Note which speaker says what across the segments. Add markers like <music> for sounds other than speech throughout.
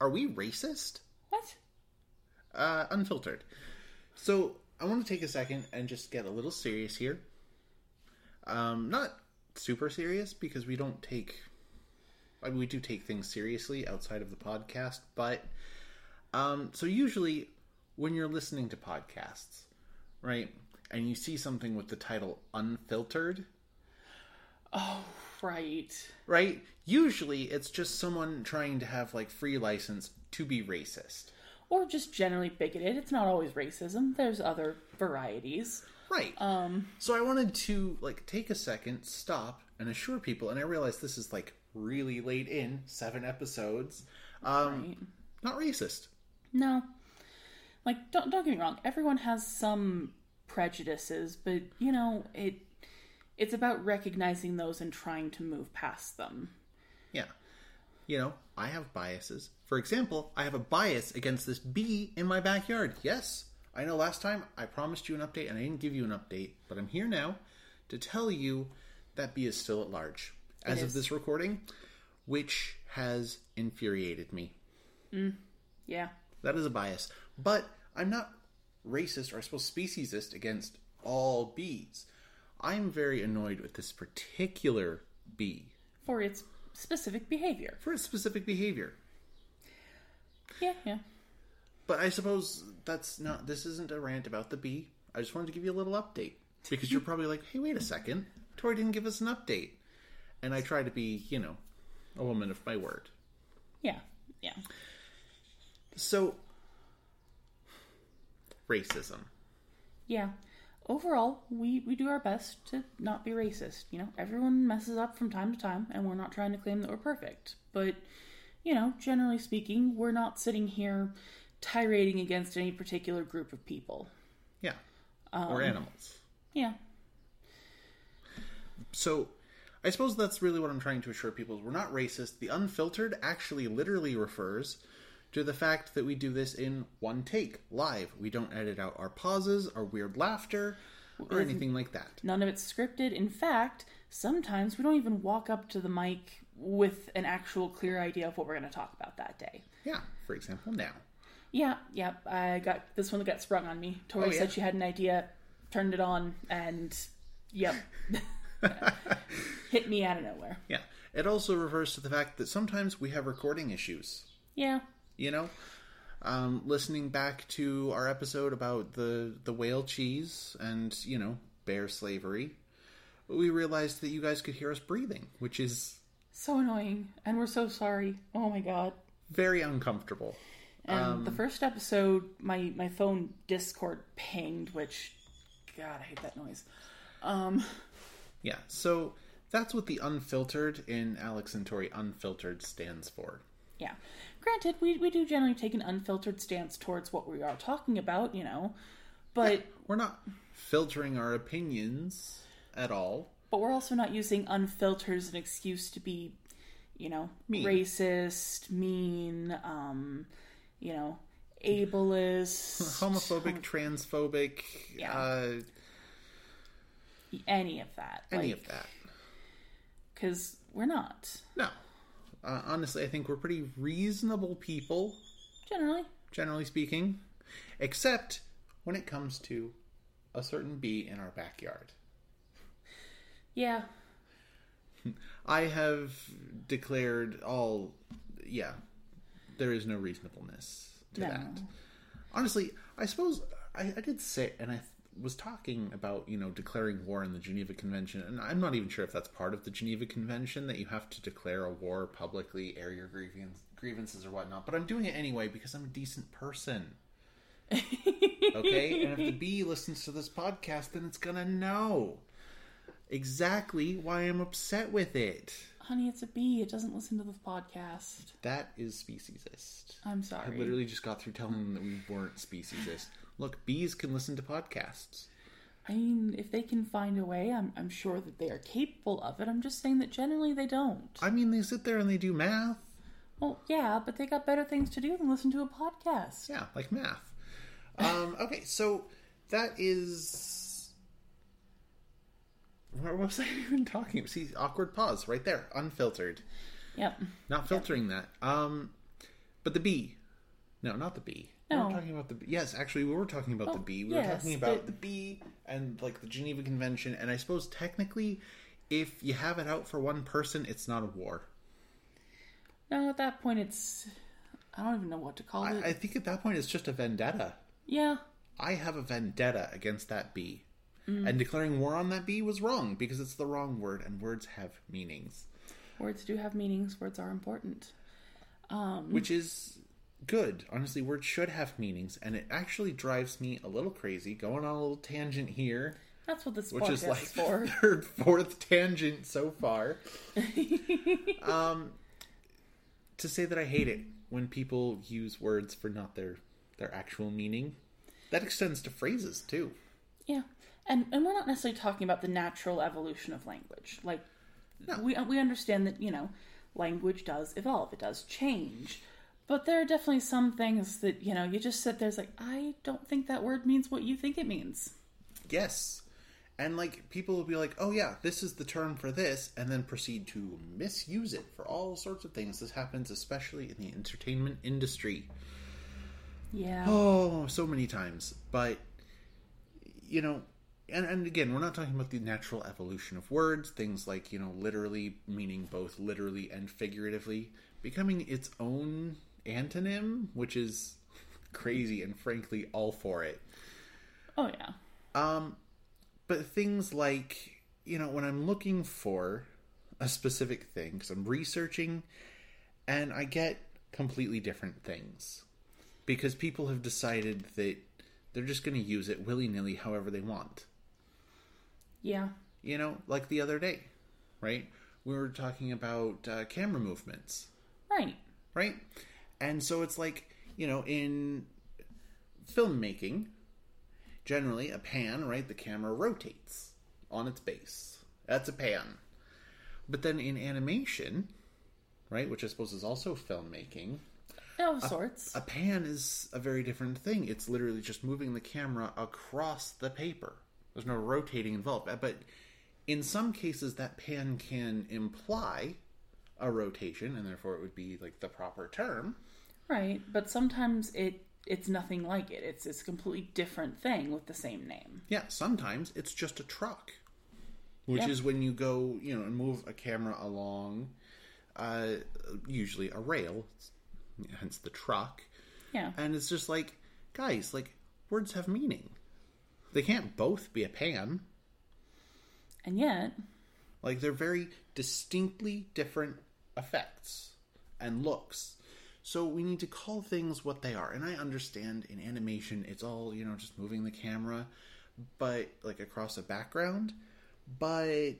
Speaker 1: Are we racist?
Speaker 2: What?
Speaker 1: Uh, unfiltered. So I want to take a second and just get a little serious here. Um, not super serious because we don't take. I mean, we do take things seriously outside of the podcast, but um, so usually when you're listening to podcasts, right, and you see something with the title "unfiltered,"
Speaker 2: Right.
Speaker 1: right? Usually it's just someone trying to have like free license to be racist.
Speaker 2: Or just generally bigoted. It's not always racism. There's other varieties.
Speaker 1: Right.
Speaker 2: Um,
Speaker 1: so I wanted to like take a second, stop, and assure people. And I realized this is like really late in seven episodes. Um,
Speaker 2: right.
Speaker 1: Not racist.
Speaker 2: No. Like, don't don't get me wrong. Everyone has some prejudices, but you know it. It's about recognizing those and trying to move past them.
Speaker 1: Yeah. You know, I have biases. For example, I have a bias against this bee in my backyard. Yes, I know last time I promised you an update and I didn't give you an update, but I'm here now to tell you that bee is still at large as of
Speaker 2: is.
Speaker 1: this recording, which has infuriated me.
Speaker 2: Yeah.
Speaker 1: That is a bias. But I'm not racist or I suppose speciesist against all bees. I'm very annoyed with this particular bee
Speaker 2: For its specific behavior.
Speaker 1: for its specific behavior.
Speaker 2: Yeah. Yeah.
Speaker 1: But I suppose that's not this isn't a rant about the bee. I just wanted to give you a little update. Because you're probably like, hey, wait a second. Tori didn't give us an update. And I try to be, you know, a woman of my word.
Speaker 2: Yeah. Yeah.
Speaker 1: So racism.
Speaker 2: Yeah. Overall, we, we do our best to not be racist. You know, everyone messes up from time to time, and we're not trying to claim that we're perfect. But, you know, generally speaking, we're not sitting here tirading against any particular group of people.
Speaker 1: Yeah. or animals.
Speaker 2: Yeah.
Speaker 1: So, I suppose that's really what I'm trying to assure people. is We're not racist. The unfiltered actually literally refers to the fact that we do this in one take, live. We don't edit out our pauses, our weird laughter, or anything like that.
Speaker 2: None of it's scripted. In fact, sometimes we don't even walk up to the mic with an actual clear idea of what we're going to talk about that day.
Speaker 1: Yeah, for example, now.
Speaker 2: Yeah, yeah. I got this one that got sprung on me. Tori
Speaker 1: Oh, yeah?
Speaker 2: said she had an idea, turned it on, and
Speaker 1: <laughs>
Speaker 2: yep, hit me out of nowhere.
Speaker 1: Yeah. It also refers to the fact that sometimes we have recording issues,
Speaker 2: Yeah,
Speaker 1: you know? Um, listening back to our episode about the, the whale cheese and, you know, bear slavery, we realized that you guys could hear us breathing, which is
Speaker 2: so annoying, and we're so sorry. Oh my god.
Speaker 1: very uncomfortable.
Speaker 2: And
Speaker 1: Um,
Speaker 2: the first episode, my my phone Discord pinged, which, God, I hate that noise. Um,
Speaker 1: Yeah, so that's what the unfiltered in Alex and Tori unfiltered stands for.
Speaker 2: yeah. Granted, we we do generally take an unfiltered stance towards what we are talking about, you know, but.
Speaker 1: We're not filtering our opinions at all.
Speaker 2: But we're also not using unfiltered as an excuse to be, you know,
Speaker 1: Mean.
Speaker 2: racist, mean, um, you know,
Speaker 1: <laughs>
Speaker 2: ableist,
Speaker 1: Homophobic, transphobic,
Speaker 2: Yeah.
Speaker 1: uh,
Speaker 2: any of that.
Speaker 1: any of that.
Speaker 2: Because we're not,
Speaker 1: No. Uh, honestly, I think we're pretty reasonable people,
Speaker 2: generally.
Speaker 1: generally speaking, except when it comes to a certain bee in our backyard.
Speaker 2: Yeah.
Speaker 1: I have declared all. Yeah, there is no reasonableness to
Speaker 2: No.
Speaker 1: that. Honestly, I suppose I, I did sit and I th- was talking about you know declaring war in the Geneva Convention, and I'm not even sure if that's part of the Geneva Convention that you have to declare a war publicly, air your grievance, grievances or whatnot. But I'm doing it anyway because I'm a decent person. okay, and if the bee listens to this podcast, then it's gonna know exactly why I'm upset with it.
Speaker 2: Honey, it's a bee. It doesn't listen to the podcast.
Speaker 1: That is speciesist.
Speaker 2: I'm
Speaker 1: I
Speaker 2: sorry.
Speaker 1: literally just got through telling them that we weren't speciesist. Look, bees can listen to podcasts.
Speaker 2: I mean, if they can find a way, I'm, I'm sure that they are capable of it. I'm just saying that generally they don't.
Speaker 1: I mean, they sit there and they do math.
Speaker 2: Well, yeah, but they got better things to do than listen to a podcast.
Speaker 1: Yeah, like math.
Speaker 2: <laughs>
Speaker 1: Um, okay, so that is. What was I even talking? See, awkward pause right there, unfiltered,
Speaker 2: Yep.
Speaker 1: not filtering that. Um, But the bee. No, not the bee. We
Speaker 2: No.
Speaker 1: were talking about the bee. Yes, actually, we were talking about the
Speaker 2: Oh,
Speaker 1: bee. We were
Speaker 2: yes,
Speaker 1: talking about
Speaker 2: but-
Speaker 1: the bee and like the Geneva Convention. And I suppose technically, if you have it out for one person, it's not a war.
Speaker 2: No, at that point, it's. I don't even know what to call it.
Speaker 1: I, I think at that point, it's just a vendetta.
Speaker 2: yeah.
Speaker 1: I have a vendetta against that bee.
Speaker 2: Mm.
Speaker 1: And declaring war on that bee was wrong because it's the wrong word and words have meanings,
Speaker 2: Words do have meanings, words are important.
Speaker 1: which is good. Honestly, words should have meanings. And it actually drives me a little crazy going on a little tangent here,
Speaker 2: That's what this
Speaker 1: which
Speaker 2: podcast
Speaker 1: is like
Speaker 2: is for.
Speaker 1: <laughs> third, fourth tangent so far. um, to say that I hate it when people use words for not their, their actual meaning. That extends to phrases too.
Speaker 2: Yeah, and and we're not necessarily talking about the natural evolution of language. Like,
Speaker 1: No.
Speaker 2: we we understand that you know, language does evolve, it does change, but there are definitely some things that you know you just sit there. It's like I don't think that word means what you think it means.
Speaker 1: Yes. And like people will be like, "Oh yeah, this is the term for this," and then proceed to misuse it for all sorts of things. This happens especially in the entertainment industry.
Speaker 2: Yeah,
Speaker 1: Oh, so many times. But you know, and and again, we're not talking about the natural evolution of words, things like, you know, literally meaning both literally and figuratively, becoming its own antonym, which is <laughs> crazy and frankly all for it.
Speaker 2: oh yeah,
Speaker 1: Um, but things like, you know, when I'm looking for a specific thing, because I'm researching and I get completely different things because people have decided that they're just going to use it willy nilly however they want.
Speaker 2: yeah,
Speaker 1: You know, like the other day, right? We were talking about uh, camera movements
Speaker 2: right,
Speaker 1: right? And so it's like, you know, in filmmaking, generally a pan, right, the camera rotates on its base. That's a pan. But then in animation, right, which I suppose is also filmmaking,
Speaker 2: of
Speaker 1: Uh,
Speaker 2: sorts.
Speaker 1: a pan is a very different thing. It's literally just moving the camera across the paper. There's no rotating involved. Uh, But in some cases, that pan can imply a rotation, and therefore it would be like the proper term.
Speaker 2: right, but sometimes it it's nothing like it. It's it's a completely different thing with the same name.
Speaker 1: Yeah, sometimes it's just a truck, which
Speaker 2: Yeah.
Speaker 1: is when you go, you know, and move a camera along, uh, usually a rail, hence the truck.
Speaker 2: Yeah,
Speaker 1: And it's just like, guys, like, words have meaning. They can't both be a pan.
Speaker 2: and yet,
Speaker 1: Like, they're very distinctly different effects and looks. So we need to call things what they are. And I understand in animation, it's all, you know, just moving the camera, but like across a background. But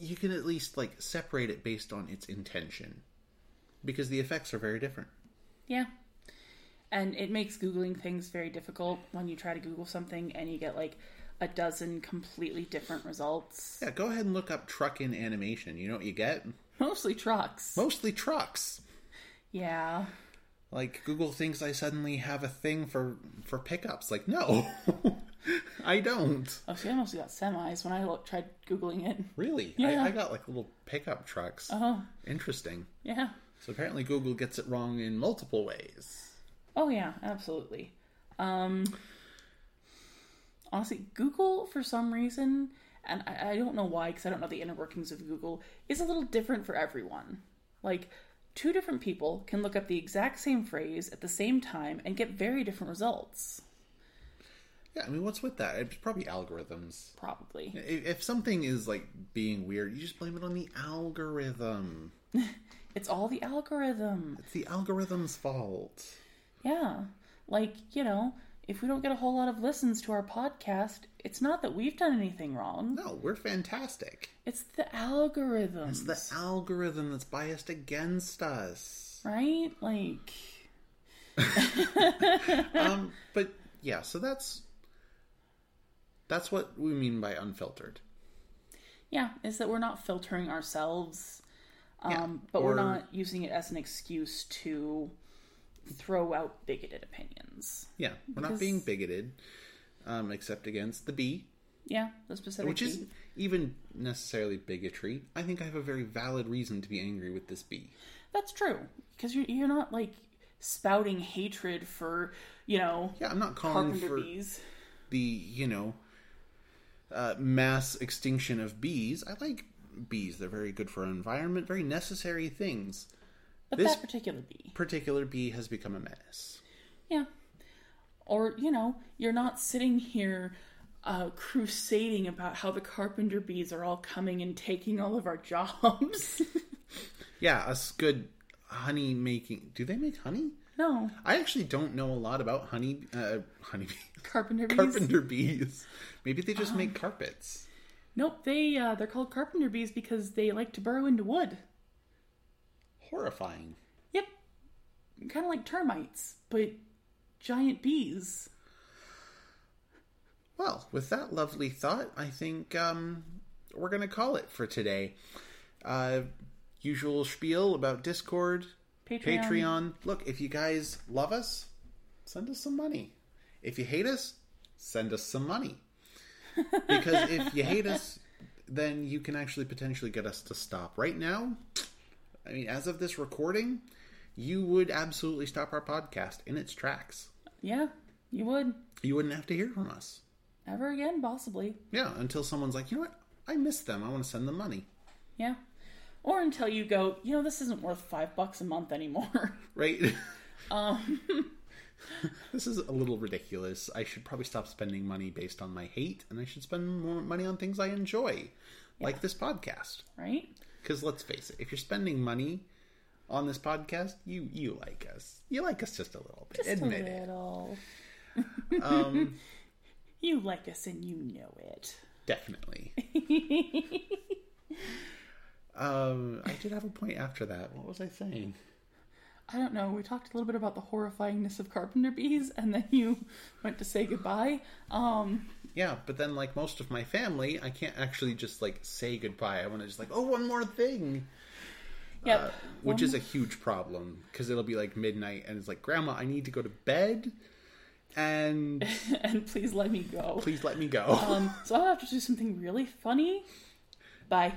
Speaker 1: you can at least like separate it based on its intention because the effects are very different.
Speaker 2: Yeah. And it makes Googling things very difficult when you try to Google something and you get like a dozen completely different results.
Speaker 1: Yeah, go ahead and look up truck in animation. You know what you get?
Speaker 2: Mostly trucks.
Speaker 1: Mostly trucks.
Speaker 2: Yeah.
Speaker 1: Like Google thinks I suddenly have a thing for for pickups. Like no, <laughs> I don't.
Speaker 2: Oh, see, I mostly got semis when I look, tried Googling it.
Speaker 1: Really?
Speaker 2: Yeah.
Speaker 1: I, I got like little pickup trucks.
Speaker 2: Oh,
Speaker 1: Interesting.
Speaker 2: yeah.
Speaker 1: So apparently Google gets it wrong in multiple ways.
Speaker 2: Oh, yeah, absolutely. Um, honestly, Google, for some reason, and I, I don't know why because I don't know the inner workings of Google, is a little different for everyone. Like, two different people can look up the exact same phrase at the same time and get very different results,
Speaker 1: Yeah, I mean, what's with that? It's probably algorithms.
Speaker 2: probably.
Speaker 1: If, if something is like being weird, you just blame it on the algorithm.
Speaker 2: It's all the algorithm.
Speaker 1: It's the algorithm's fault.
Speaker 2: Yeah. Like, you know, if we don't get a whole lot of listens to our podcast, it's not that we've done anything wrong.
Speaker 1: No, we're fantastic.
Speaker 2: It's the algorithm.
Speaker 1: It's the algorithm that's biased against us.
Speaker 2: right? Like,
Speaker 1: um, but yeah, so that's that's what we mean by unfiltered.
Speaker 2: yeah, is that we're not filtering ourselves, um,
Speaker 1: Yeah,
Speaker 2: but we're
Speaker 1: or-
Speaker 2: not using it as an excuse to throw out bigoted opinions.
Speaker 1: Yeah, we're not
Speaker 2: Because-
Speaker 1: being bigoted, um, except against the bee,
Speaker 2: Yeah, the specific.
Speaker 1: which is
Speaker 2: beat.
Speaker 1: even necessarily bigotry. I think I have a very valid reason to be angry with this bee.
Speaker 2: That's true because you're you're not like spouting hatred for you know
Speaker 1: Yeah, I'm not calling
Speaker 2: carpenter
Speaker 1: for
Speaker 2: bees.
Speaker 1: the you know uh, mass extinction of bees. I like bees; they're very good for our environment, very necessary things.
Speaker 2: But
Speaker 1: this-
Speaker 2: that particular bee,
Speaker 1: Particular bee has become a menace.
Speaker 2: yeah. Or you know, you're not sitting here uh, crusading about how the carpenter bees are all coming and taking all of our jobs. <laughs>
Speaker 1: Yeah, us good honey making. Do they make honey?
Speaker 2: no,
Speaker 1: I actually don't know a lot about honey uh, honey bee-
Speaker 2: carpenter bees.
Speaker 1: carpenter bees. Maybe they just make carpets.
Speaker 2: Nope, they uh, they're called carpenter bees because they like to burrow into wood.
Speaker 1: Horrifying.
Speaker 2: Yep, kind of like termites, but giant bees.
Speaker 1: Well, with that lovely thought, I think um, we're going to call it for today. Uh, usual spiel about Discord,
Speaker 2: Patreon.
Speaker 1: Patreon. Look, if you guys love us, send us some money. If you hate us, send us some money. Because if you hate us, then you can actually potentially get us to stop. Right now, I mean, as of this recording, you would absolutely stop our podcast in its tracks.
Speaker 2: Yeah, you would
Speaker 1: You wouldn't have to hear from us.
Speaker 2: ever again, possibly.
Speaker 1: Yeah, until someone's like, you know what? I miss them. I want to send them money.
Speaker 2: Yeah, or until you go, you know, this isn't worth five bucks a month anymore. <laughs>
Speaker 1: Right? <laughs> Um. <laughs> this is a little ridiculous. I should probably stop spending money based on my hate, and I should spend more money on things I enjoy, like this podcast.
Speaker 2: right?
Speaker 1: Because let's face it, if you're spending money on this podcast, you you like us. You like us just a little bit.
Speaker 2: Just
Speaker 1: Admit
Speaker 2: a
Speaker 1: it. Um,
Speaker 2: little. you like us and you know it.
Speaker 1: Definitely. um, I did have a point after that. What was I saying?
Speaker 2: I don't know. We talked a little bit about the horrifyingness of carpenter bees, and then you <laughs> went to say goodbye. Um,
Speaker 1: Yeah, but then like most of my family, I can't actually just like say goodbye. I want to just like, oh, one more thing,
Speaker 2: yep.
Speaker 1: Uh, which is a huge problem because it'll be like midnight and it's like, Grandma, I need to go to bed, and
Speaker 2: and <laughs> please let me go. Oh,
Speaker 1: please let me go.
Speaker 2: Um, so I'll have to do something really funny. Bye.